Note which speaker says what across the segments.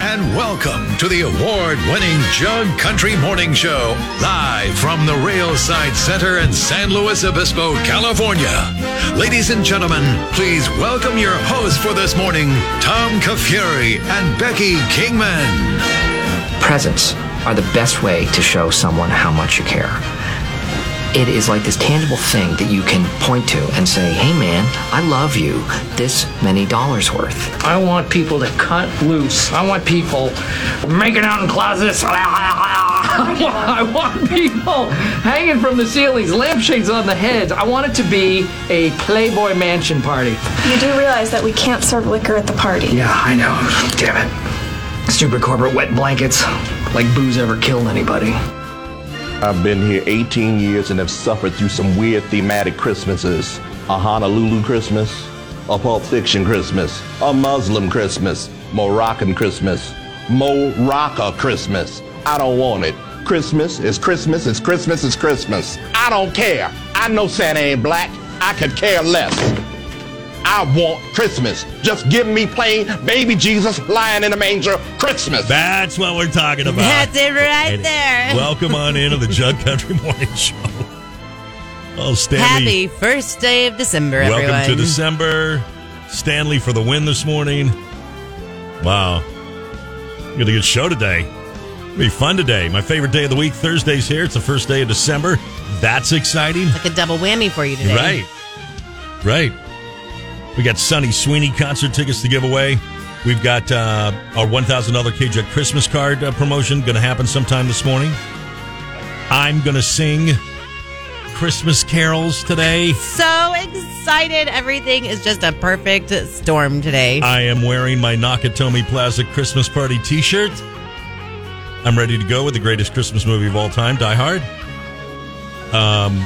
Speaker 1: and welcome to the award winning Jug Country Morning Show, live from the Railside Center in San Luis Obispo, California. Ladies and gentlemen, please welcome your hosts for this morning, Tom Kafuri and Becky Kingman.
Speaker 2: presents are the best way to show someone how much you care. It is like this tangible thing that you can point to and say, hey man, I love you this many dollars worth.
Speaker 3: I want people to cut loose. I want people making out in closets. I want- I want people hanging from the ceilings, lampshades on the heads. I want it to be a Playboy Mansion party.
Speaker 4: You do realize that we can't serve liquor at the party.
Speaker 3: Yeah, I know. Damn it. Stupid corporate wet blankets. Like booze ever killed anybody.
Speaker 5: I've been here 18 years and have suffered through some weird thematic Christmases. A Honolulu Christmas, a Pulp Fiction Christmas, a Muslim Christmas, Moroccan Christmas, Morocco Christmas. I don't want it. Christmas is Christmas is Christmas is Christmas. I don't care. I know Santa ain't black. I could care less. I want Christmas. Just give me plain baby Jesus lying in a manger Christmas.
Speaker 6: That's what we're talking about.
Speaker 7: That's it right
Speaker 6: And
Speaker 7: there.
Speaker 6: Welcome on into the Jug Country Morning Show. Oh, Stanley.
Speaker 7: Happy first day of December,
Speaker 6: welcome
Speaker 7: everyone.
Speaker 6: to December. Stanley for the win this morning. Wow. Got a good show today. It'll be fun today. My favorite day of the week. Thursday's here. It's the first day of December. That's exciting.
Speaker 7: like a double whammy for you today.
Speaker 6: Right. Right. We got Sonny Sweeney concert tickets to give away. We've got uh, our $1,000 KJ Christmas card uh, promotion going to happen sometime this morning. I'm going to sing Christmas carols today.
Speaker 7: So excited. Everything is just a perfect storm today.
Speaker 6: I am wearing my Nakatomi Plaza Christmas Party t shirt. I'm ready to go with the greatest Christmas movie of all time, Die Hard. Um,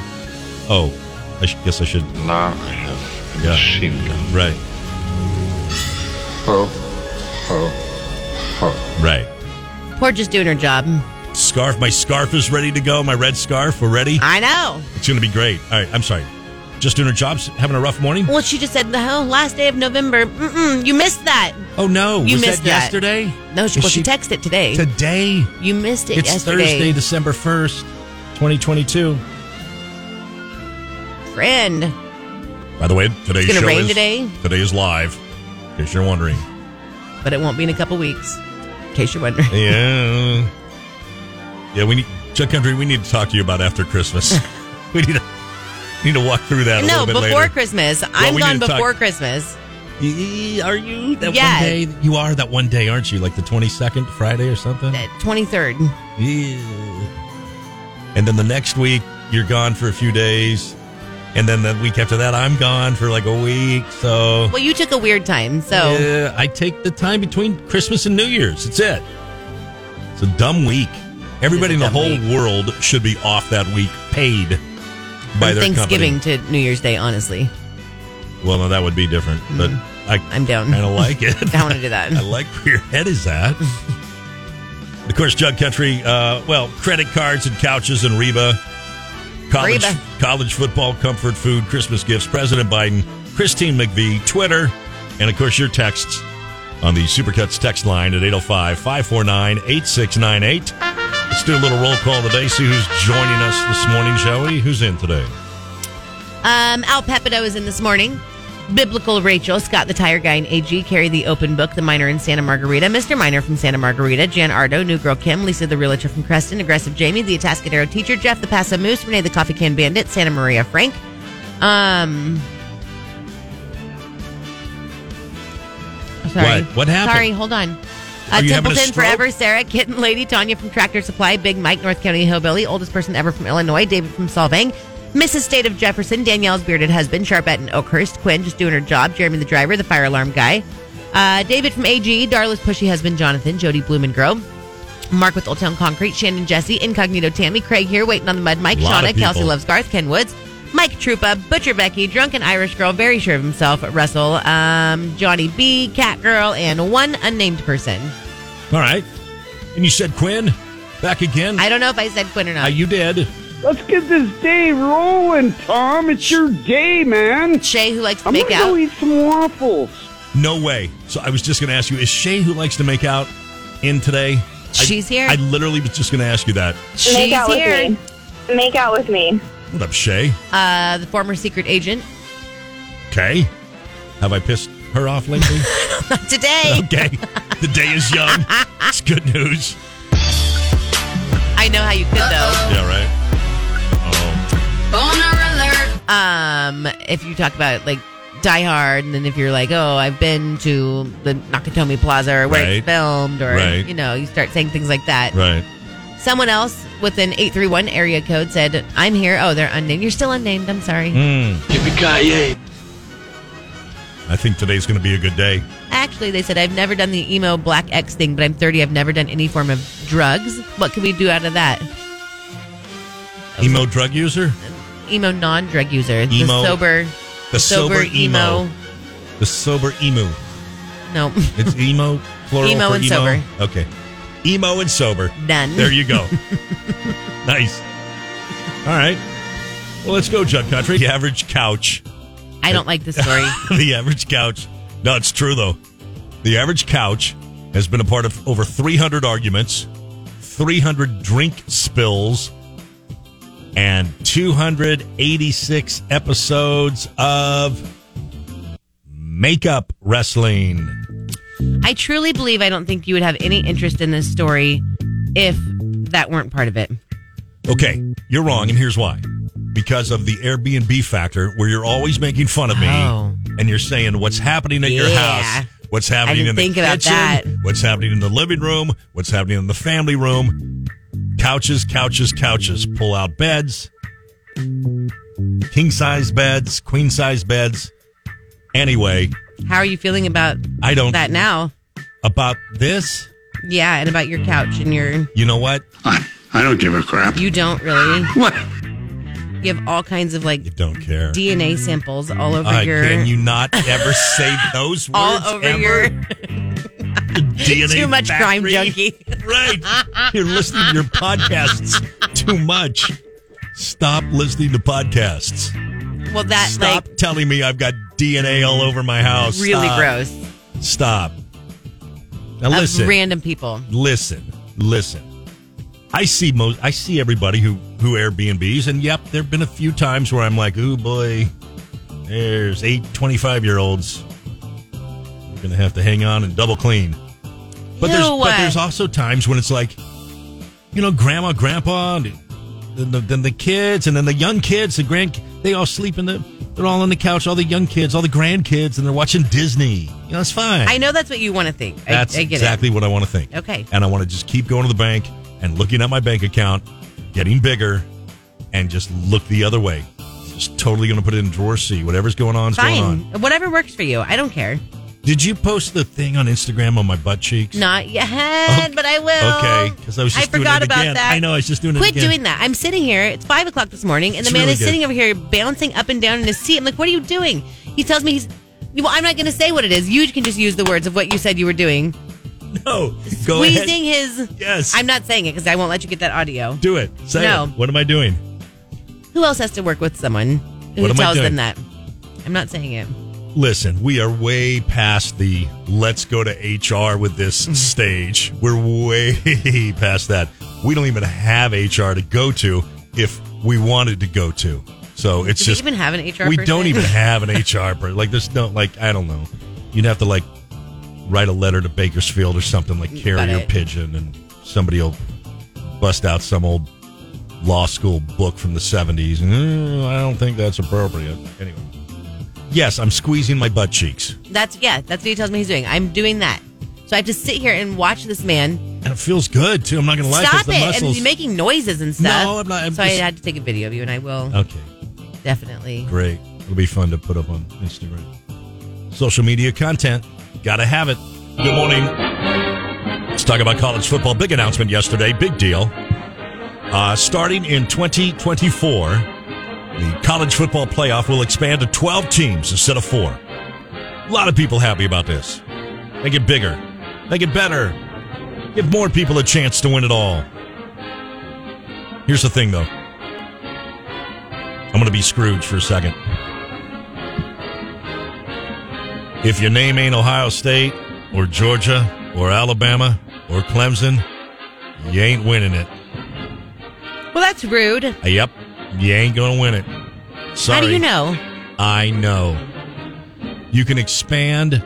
Speaker 6: oh, I sh- guess I should. Yeah. Right. Right.
Speaker 7: We're just doing her job.
Speaker 6: Scarf. My scarf is ready to go. My red scarf. We're ready.
Speaker 7: I know.
Speaker 6: It's going to be great. All right. I'm sorry. Just doing her jobs. Having a rough morning.
Speaker 7: Well, she just said, oh, last day of November. Mm-mm, you missed that.
Speaker 6: Oh no!
Speaker 7: You
Speaker 6: Was
Speaker 7: missed
Speaker 6: that
Speaker 7: that.
Speaker 6: yesterday?
Speaker 7: No, she,
Speaker 6: Is
Speaker 7: well, she, texted today.
Speaker 6: today.
Speaker 7: you missed it
Speaker 6: It's Thursday,
Speaker 7: yesterday.
Speaker 6: December first, twenty twenty-two.
Speaker 7: Friend.
Speaker 6: By the way, today's
Speaker 7: It's gonna
Speaker 6: show
Speaker 7: rain
Speaker 6: is
Speaker 7: today?
Speaker 6: Today is live. In case you're wondering.
Speaker 7: But it won't be in a couple weeks, in case you're wondering.
Speaker 6: Yeah. Yeah. We need Chuck Country. We need to talk to you about after Christmas. we need to need to walk through that a
Speaker 7: no,
Speaker 6: little bit
Speaker 7: before
Speaker 6: later.
Speaker 7: Christmas. I'm
Speaker 6: we
Speaker 7: gone
Speaker 6: need to talk-
Speaker 7: before Christmas.
Speaker 6: Y- Are you that
Speaker 7: Yeah.
Speaker 6: one day? You are that one day, aren't you? Like the twenty second Friday or something.
Speaker 7: The 23rd.
Speaker 6: Yeah. And then the next week you're gone for a few days, and then the week after that I'm gone for like a week. So
Speaker 7: Well, you took a weird time, so.
Speaker 6: Yeah, I take the time between Christmas and New Year's. That's it. It's a dumb week. Everybody in the
Speaker 7: dumb
Speaker 6: whole
Speaker 7: week.
Speaker 6: world should be off that week, paid by
Speaker 7: from
Speaker 6: their
Speaker 7: Thanksgiving to New Year's Day, honestly.
Speaker 6: company. Well, no, that would be different, but I
Speaker 7: Mm. I'm down.
Speaker 6: kind of like it.
Speaker 7: I want to do that.
Speaker 6: I like where your head is at. of course, Jug Country, uh, well, credit cards and couches and Reba. College,
Speaker 7: Reba.
Speaker 6: college football, comfort food, Christmas gifts. President Biden, Christine McVie, Twitter, and of course your texts on the Supercuts text line at 805 549 8698. Let's do a little roll call today, see who's joining us this morning, shall we? Who's in today?
Speaker 7: Um, Al Pepito is in this morning. Biblical Rachel, Scott the Tire Guy, and AG carry the open book, The Miner in Santa Margarita, Mr. Miner from Santa Margarita, Jan Ardo, New Girl Kim, Lisa the Realtor from Creston, Aggressive Jamie, the Atascadero Teacher, Jeff the Paso Moose, Renee the Coffee Can Bandit, Santa Maria Frank. Um, sorry.
Speaker 6: What? What happened?
Speaker 7: Sorry, hold on.
Speaker 6: Are
Speaker 7: Uh,
Speaker 6: you having a
Speaker 7: Templeton
Speaker 6: stroke?
Speaker 7: Forever, Sarah, Kitten Lady, Tanya from Tractor Supply, Big Mike, North County Hillbilly, oldest person ever from Illinois, David from Solvang, Mrs. State of Jefferson, Danielle's bearded husband, Sharpette and Oakhurst, Quinn just doing her job, Jeremy the driver, the fire alarm guy, uh, David from AG, Darla's pushy husband, Jonathan, Jody Blumengrove, Mark with Old Town Concrete, Shannon Jesse, Incognito Tammy, Craig here, waiting on the mud Mike,
Speaker 6: Lot of
Speaker 7: Shauna, Kelsey
Speaker 6: people.
Speaker 7: Loves Garth, Ken Woods, Mike Trupa, Butcher Becky, Drunken Irish Girl, Very Sure of Himself, Russell, um, Johnny B, Cat Girl, and one unnamed person.
Speaker 6: All right. And you said Quinn back again?
Speaker 7: I don't know if I said Quinn or
Speaker 6: Uh,
Speaker 7: not.
Speaker 6: you did.
Speaker 8: Let's get this day rolling, Tom. It's your day, man.
Speaker 7: Shay, who likes to
Speaker 8: I'm
Speaker 7: make
Speaker 8: gonna
Speaker 7: out.
Speaker 8: go eat some waffles.
Speaker 6: No way. So I was just going to ask you, is Shay who likes to make out in today?
Speaker 7: She's here.
Speaker 6: I literally was just going to ask you that.
Speaker 7: She's
Speaker 9: Make out
Speaker 7: here.
Speaker 9: with me. Make out with me.
Speaker 6: What up, Shay?
Speaker 7: Uh, the former secret agent.
Speaker 6: Okay. Have I pissed her off lately?
Speaker 7: Not today.
Speaker 6: okay. The day is young. It's good news.
Speaker 7: I know how you could, though.
Speaker 6: Yeah, right. Oh.
Speaker 7: Um, if you talk about, like, Die Hard, and then if you're like, oh, I've been to the Nakatomi Plaza or where
Speaker 6: Right.
Speaker 7: it's filmed, or,
Speaker 6: Right.
Speaker 7: you know, you start saying things like that.
Speaker 6: Right.
Speaker 7: Someone else with an 831 area code said, I'm here. Oh, they're unnamed. You're still unnamed. I'm sorry.
Speaker 6: I think today's going to be a good day.
Speaker 7: Actually, they said, I've never done the emo black X thing, but I'm 30. I've never done any form of drugs. What can we do out of that?
Speaker 6: Emo drug user?
Speaker 7: Emo non drug user.
Speaker 6: Emo-
Speaker 7: the sober.
Speaker 6: the sober emo. The sober emu.
Speaker 7: No.
Speaker 6: It's emo plural
Speaker 7: Emo
Speaker 6: for
Speaker 7: and
Speaker 6: emo?
Speaker 7: sober.
Speaker 6: Okay. Emo and sober.
Speaker 7: Done.
Speaker 6: There you go. nice. All right. Well, let's go, Jug Country. The average couch.
Speaker 7: I don't like this story.
Speaker 6: the average couch. No, it's true, though. The average couch has been a part of over 300 arguments, 300 drink spills, and 286 episodes of makeup wrestling.
Speaker 7: I truly believe I don't think you would have any interest in this story if that weren't part of it.
Speaker 6: Okay, you're wrong, and here's why. Because of the Airbnb factor, where you're always making fun of me,
Speaker 7: Oh.
Speaker 6: and you're saying what's happening at your
Speaker 7: Yeah.
Speaker 6: house, what's happening
Speaker 7: didn't
Speaker 6: in the
Speaker 7: think
Speaker 6: kitchen,
Speaker 7: about that.
Speaker 6: what's happening in the living room, what's happening in the family room. Couches, couches, couches. Pull out beds, king size beds, queen size beds. Anyway,
Speaker 7: How are you feeling about
Speaker 6: I don't
Speaker 7: that now?
Speaker 6: about this.
Speaker 7: Yeah, and about your couch and your
Speaker 6: You know what?
Speaker 7: you don't really. What? You have all kinds of like
Speaker 6: You don't care.
Speaker 7: DNA samples all over
Speaker 6: I-
Speaker 7: your
Speaker 6: can you not ever say those words
Speaker 7: all over
Speaker 6: ever?
Speaker 7: your
Speaker 6: DNA
Speaker 7: too much crime
Speaker 6: factory.
Speaker 7: junkie.
Speaker 6: right. You're listening to your podcasts too much. Stop listening to podcasts.
Speaker 7: Uh, Well, that
Speaker 6: Stop telling me I've got DNA all over my house.
Speaker 7: like really
Speaker 6: Stop.
Speaker 7: gross.
Speaker 6: Stop. Now
Speaker 7: Of
Speaker 6: listen.
Speaker 7: random people.
Speaker 6: listen. Listen. I see most I see everybody who who Airbnbs and yep, there've been a few times where I'm like, "Ooh boy, there's eight 25-year-olds. We're going to have to hang on and double clean." But there's
Speaker 7: Ew.
Speaker 6: but there's also times when it's like, you know, grandma, grandpa, and then the, then the kids, and then the young kids, the grand, they all sleep in the, they're all on the couch, all the young kids, all the grandkids, and they're watching Disney. You know, it's fine.
Speaker 7: I know that's what you want to think. I-
Speaker 6: That's
Speaker 7: I, get
Speaker 6: exactly what I want to think.
Speaker 7: Okay.
Speaker 6: and I want to just keep going to the bank and looking at my bank account, getting bigger, and just look the other way. Just totally going to put it in drawer C. Whatever's going on
Speaker 7: it.
Speaker 6: is going on.
Speaker 7: Fine. Whatever works for you. I don't care.
Speaker 6: Did you post the thing on Instagram on my butt cheeks?
Speaker 7: Not yet,
Speaker 6: Oh,
Speaker 7: but I will.
Speaker 6: okay, 'cause I was just doing
Speaker 7: forgot
Speaker 6: it
Speaker 7: about
Speaker 6: again.
Speaker 7: that.
Speaker 6: I know, I was just doing it
Speaker 7: Quit
Speaker 6: again.
Speaker 7: doing that. I'm sitting here. It's five o'clock this morning, and
Speaker 6: It's
Speaker 7: the man
Speaker 6: really
Speaker 7: is
Speaker 6: good.
Speaker 7: sitting over here bouncing up and down in his seat. I'm like, "What are you doing?" He tells me he's. Well, I'm not going to say what it is. You can just use the words of what you said you were doing.
Speaker 6: No, go ahead.
Speaker 7: Squeezing his.
Speaker 6: Yes.
Speaker 7: I'm not saying it because I won't let you get that audio.
Speaker 6: Do it. Say
Speaker 7: No.
Speaker 6: it. What am I doing?
Speaker 7: Who else has to work with someone who
Speaker 6: What am I
Speaker 7: tells
Speaker 6: doing?
Speaker 7: them that? I'm not saying it.
Speaker 6: Listen, we are way past the let's go to HR with this stage. We're way past that. We don't even have HR to go to if we wanted to go to. So it's
Speaker 7: Do
Speaker 6: just
Speaker 7: we even have an HR?
Speaker 6: we
Speaker 7: person?
Speaker 6: don't even have an HR person. Like there's no like I don't know. You'd have to like write a letter to Bakersfield or something like carrier
Speaker 7: it.
Speaker 6: pigeon, and somebody'll bust out some old law school book from the seventies. Mm, I don't think that's appropriate. Anyway, yes, I'm squeezing my butt cheeks,
Speaker 7: That's yeah. That's what he tells me he's doing. I'm doing that. So I have to sit here and watch this man.
Speaker 6: and it feels good too. I'm not gonna lie, 'cause
Speaker 7: Stop
Speaker 6: the
Speaker 7: it! And
Speaker 6: muscles.
Speaker 7: he's making noises and stuff.
Speaker 6: No, I'm not- I'm
Speaker 7: so
Speaker 6: just- Oh.
Speaker 7: I had to take a video of you, and I will
Speaker 6: okay.
Speaker 7: definitely.
Speaker 6: Great. It'll be fun to put up on Instagram. Social media content. Gotta have it. Good morning. Let's talk about college football. Big announcement yesterday. Big deal. Uh, starting in 2024, The college football playoff will expand to 12 teams instead of four. A lot of people happy about this. They get bigger, they get better, give more people a chance to win it all. Here's the thing, though. I'm going to be Scrooge for a second. If your name ain't Ohio State or Georgia or Alabama or Clemson, you ain't winning it.
Speaker 7: Well, that's rude.
Speaker 6: Yep, you ain't going to win it. Sorry.
Speaker 7: How do you know?
Speaker 6: I know. You can expand.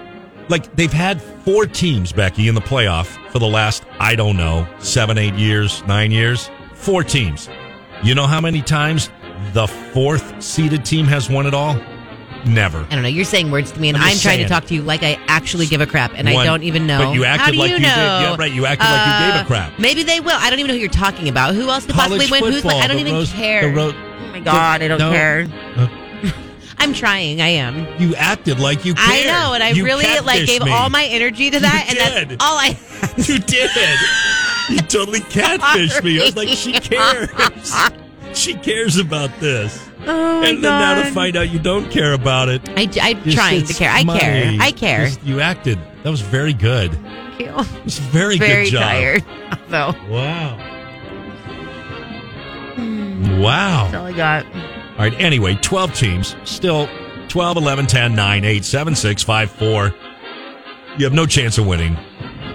Speaker 6: Like they've had four teams, Becky, in the playoff for the last, I don't know, seven, eight years, nine years. Four teams. You know how many times the fourth seeded team has won it all? Never.
Speaker 7: I don't know. You're saying words to me, and
Speaker 6: I'm
Speaker 7: I'm,
Speaker 6: just
Speaker 7: trying to
Speaker 6: saying.
Speaker 7: talk to you like I actually give a crap, and I
Speaker 6: One.
Speaker 7: don't even know.
Speaker 6: But you acted
Speaker 7: How do
Speaker 6: like
Speaker 7: you
Speaker 6: you
Speaker 7: know? Uh,
Speaker 6: did. Yeah, right. You acted like you gave a crap.
Speaker 7: Maybe they will. I don't even know who you're talking about. Who else could possibly
Speaker 6: College
Speaker 7: win? Who's
Speaker 6: football,
Speaker 7: I don't
Speaker 6: the
Speaker 7: even
Speaker 6: Rose-
Speaker 7: care.
Speaker 6: the Ro-
Speaker 7: oh my god, I don't
Speaker 6: No.
Speaker 7: care.
Speaker 6: Uh,
Speaker 7: I'm trying. I am.
Speaker 6: you acted like you cared.
Speaker 7: I know, and I
Speaker 6: You
Speaker 7: really like
Speaker 6: catfished
Speaker 7: gave
Speaker 6: me.
Speaker 7: all my energy to that, and
Speaker 6: did.
Speaker 7: that's all I.
Speaker 6: You did. You totally catfished me. I was like, she cares. She cares about this.
Speaker 7: Oh my
Speaker 6: and then now to
Speaker 7: God.
Speaker 6: find out you don't care about it.
Speaker 7: I, I'm
Speaker 6: Just-
Speaker 7: trying to
Speaker 6: it's
Speaker 7: care. I care.
Speaker 6: money.
Speaker 7: I care.
Speaker 6: Just- you acted. That was very good. It was a very,
Speaker 7: Very
Speaker 6: good job.
Speaker 7: tired, though.
Speaker 6: Wow. Wow.
Speaker 7: That's all I got.
Speaker 6: All right. Anyway, 12 teams. Still 12, 11, 10, 9, 8, 7, 6, 5, 4. You have no chance of winning.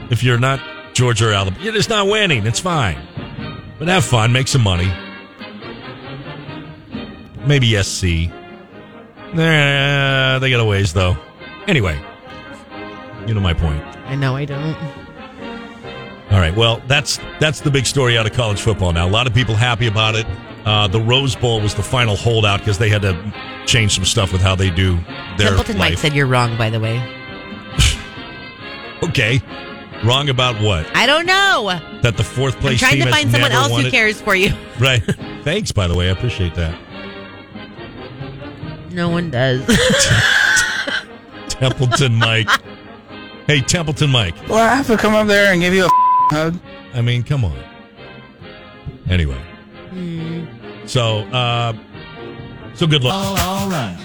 Speaker 6: If you're not Georgia or Alabama, you're just not winning. It's fine. But have fun. Make some money. Maybe SC. Nah, they got a ways, though. Anyway, you know my point.
Speaker 7: I know I don't.
Speaker 6: All right. Well, that's that's the big story out of college football now. A lot of people happy about it. Uh, the Rose Bowl was the final holdout because they had to change some stuff with how they do their
Speaker 7: Templeton Mike
Speaker 6: life.
Speaker 7: said you're wrong. By the way,
Speaker 6: okay, wrong about what?
Speaker 7: I don't know.
Speaker 6: That the fourth
Speaker 7: I'm
Speaker 6: place
Speaker 7: trying
Speaker 6: team
Speaker 7: to
Speaker 6: has
Speaker 7: find someone
Speaker 6: never
Speaker 7: else
Speaker 6: won
Speaker 7: who
Speaker 6: it?
Speaker 7: cares for you.
Speaker 6: Right. Thanks, by the way. I appreciate that.
Speaker 7: No one does.
Speaker 6: Templeton Mike. hey, Templeton Mike.
Speaker 10: Well, I have to come up there and give you a hug.
Speaker 6: I mean, come on. Anyway. So, uh, so good luck. All, all right.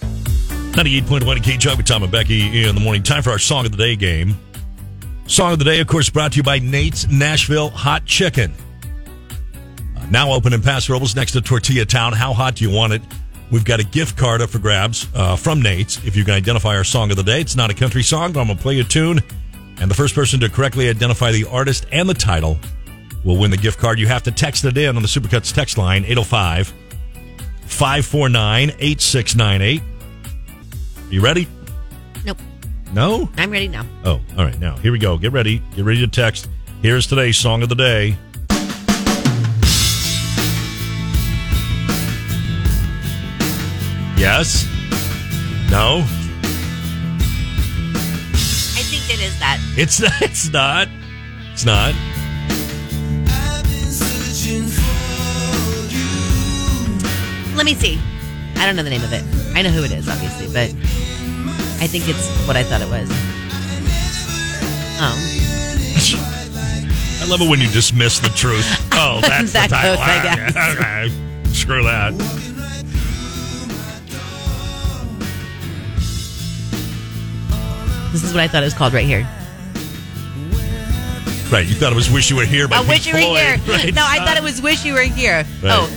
Speaker 6: 98.1 K Chuck with Tom and Becky in the morning. Time for our Song of the Day game. Song of the Day, of course, brought to you by Nate's Nashville Hot Chicken. Uh, now open in Paso Robles next to Tortilla Town. How hot do you want it? We've got a gift card up for grabs uh, from Nate's. If you can identify our song of the day, it's not a country song, but I'm going to play a tune. And the first person to correctly identify the artist and the title will win the gift card. You have to text it in on the Supercuts text line 805 549 8698. You ready?
Speaker 7: nope.
Speaker 6: No?
Speaker 7: I'm ready now.
Speaker 6: Oh, all right. Now, here we go. Get ready. Get ready to text. Here's today's song of the day. Yes? No?
Speaker 7: I think it is that.
Speaker 6: It's not. It's not. It's not.
Speaker 7: Let me see. I don't know the name of it. I know who it is, obviously, but I think it's what I thought it was. Oh,
Speaker 6: I love it when you dismiss the truth. Oh, that's
Speaker 7: That
Speaker 6: the title.
Speaker 7: goes, I
Speaker 6: Ah, okay. Screw that.
Speaker 7: this is what I thought it was called right here.
Speaker 6: Right. You thought it was Wish You Were Here by
Speaker 7: I
Speaker 6: Pink
Speaker 7: wish you were
Speaker 6: Floyd.
Speaker 7: here.
Speaker 6: Right.
Speaker 7: No, I thought it was wish you were here.
Speaker 6: Right.
Speaker 7: Oh,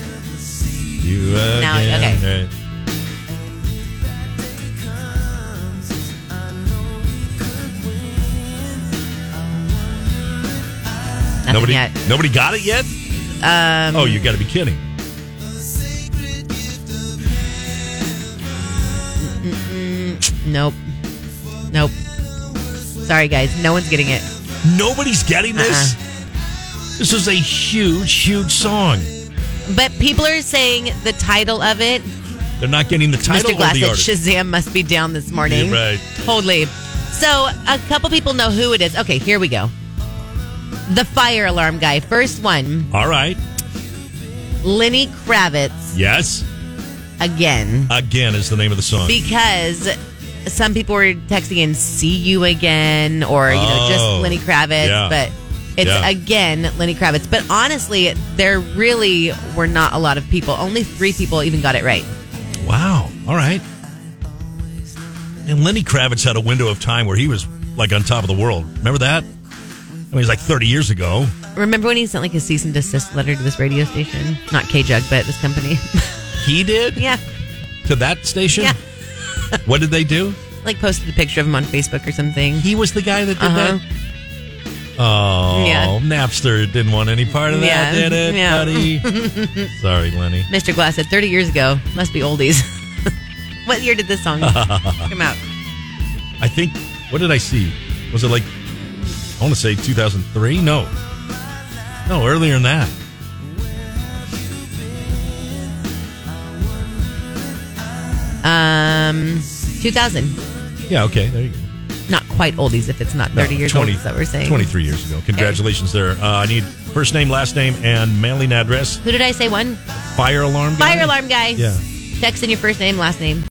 Speaker 6: You
Speaker 7: Now,
Speaker 6: again.
Speaker 7: okay.
Speaker 6: Right.
Speaker 7: nothing
Speaker 6: Nobody,
Speaker 7: yet.
Speaker 6: nobody got it yet? Um, oh, you got to be kidding.
Speaker 7: Nope. Nope. Sorry, guys. No one's getting it.
Speaker 6: Nobody's getting this?
Speaker 7: Uh-huh.
Speaker 6: This is a huge, huge song.
Speaker 7: But people are saying the title of it.
Speaker 6: They're not getting the title
Speaker 7: Mr. Glass
Speaker 6: or the
Speaker 7: said
Speaker 6: artist.
Speaker 7: Shazam must be down this morning.
Speaker 6: You're right.
Speaker 7: Totally. So a couple people know who it is. Okay, here we go. The fire alarm guy. First one,
Speaker 6: All right.
Speaker 7: Lenny Kravitz
Speaker 6: Yes.
Speaker 7: again.
Speaker 6: Again is the name of the song.
Speaker 7: Because some people were texting in see you again or you know,
Speaker 6: Oh,
Speaker 7: just Lenny Kravitz,
Speaker 6: yeah.
Speaker 7: but It's
Speaker 6: Yeah.
Speaker 7: again Lenny Kravitz. But honestly, there really were not a lot of people. Only three people even got it right.
Speaker 6: Wow. All right. And Lenny Kravitz had a window of time where he was like on top of the world. Remember that? I mean, it was like 30 years ago.
Speaker 7: Remember when he sent like a cease and desist letter to this radio station? Not K Jug, but this company.
Speaker 6: He did?
Speaker 7: yeah.
Speaker 6: To that station?
Speaker 7: Yeah.
Speaker 6: what did they do?
Speaker 7: Like posted a picture of him on Facebook or something.
Speaker 6: He was the guy that did
Speaker 7: Uh-huh.
Speaker 6: Oh,
Speaker 7: Yeah.
Speaker 6: Napster didn't want any part of that,
Speaker 7: Yeah.
Speaker 6: did it,
Speaker 7: Yeah.
Speaker 6: buddy? Sorry, Lenny.
Speaker 7: Mr. Glass said 30 years ago. Must be oldies. what year did this song come out?
Speaker 6: I think, what did I see? Was it like, I want to say 2003? No. No, earlier than that.
Speaker 7: Um, 2000.
Speaker 6: Yeah, okay. There you go.
Speaker 7: Not quite oldies if it's not 30
Speaker 6: No,
Speaker 7: years
Speaker 6: 20
Speaker 7: old. Is that what we're saying?
Speaker 6: 23 years ago. Congratulations there. Uh, I need first name, last name, and mailing address.
Speaker 7: Who did I say one?
Speaker 6: Fire alarm guy?
Speaker 7: Fire alarm guy.
Speaker 6: Yeah.
Speaker 7: Text in your first name, last name.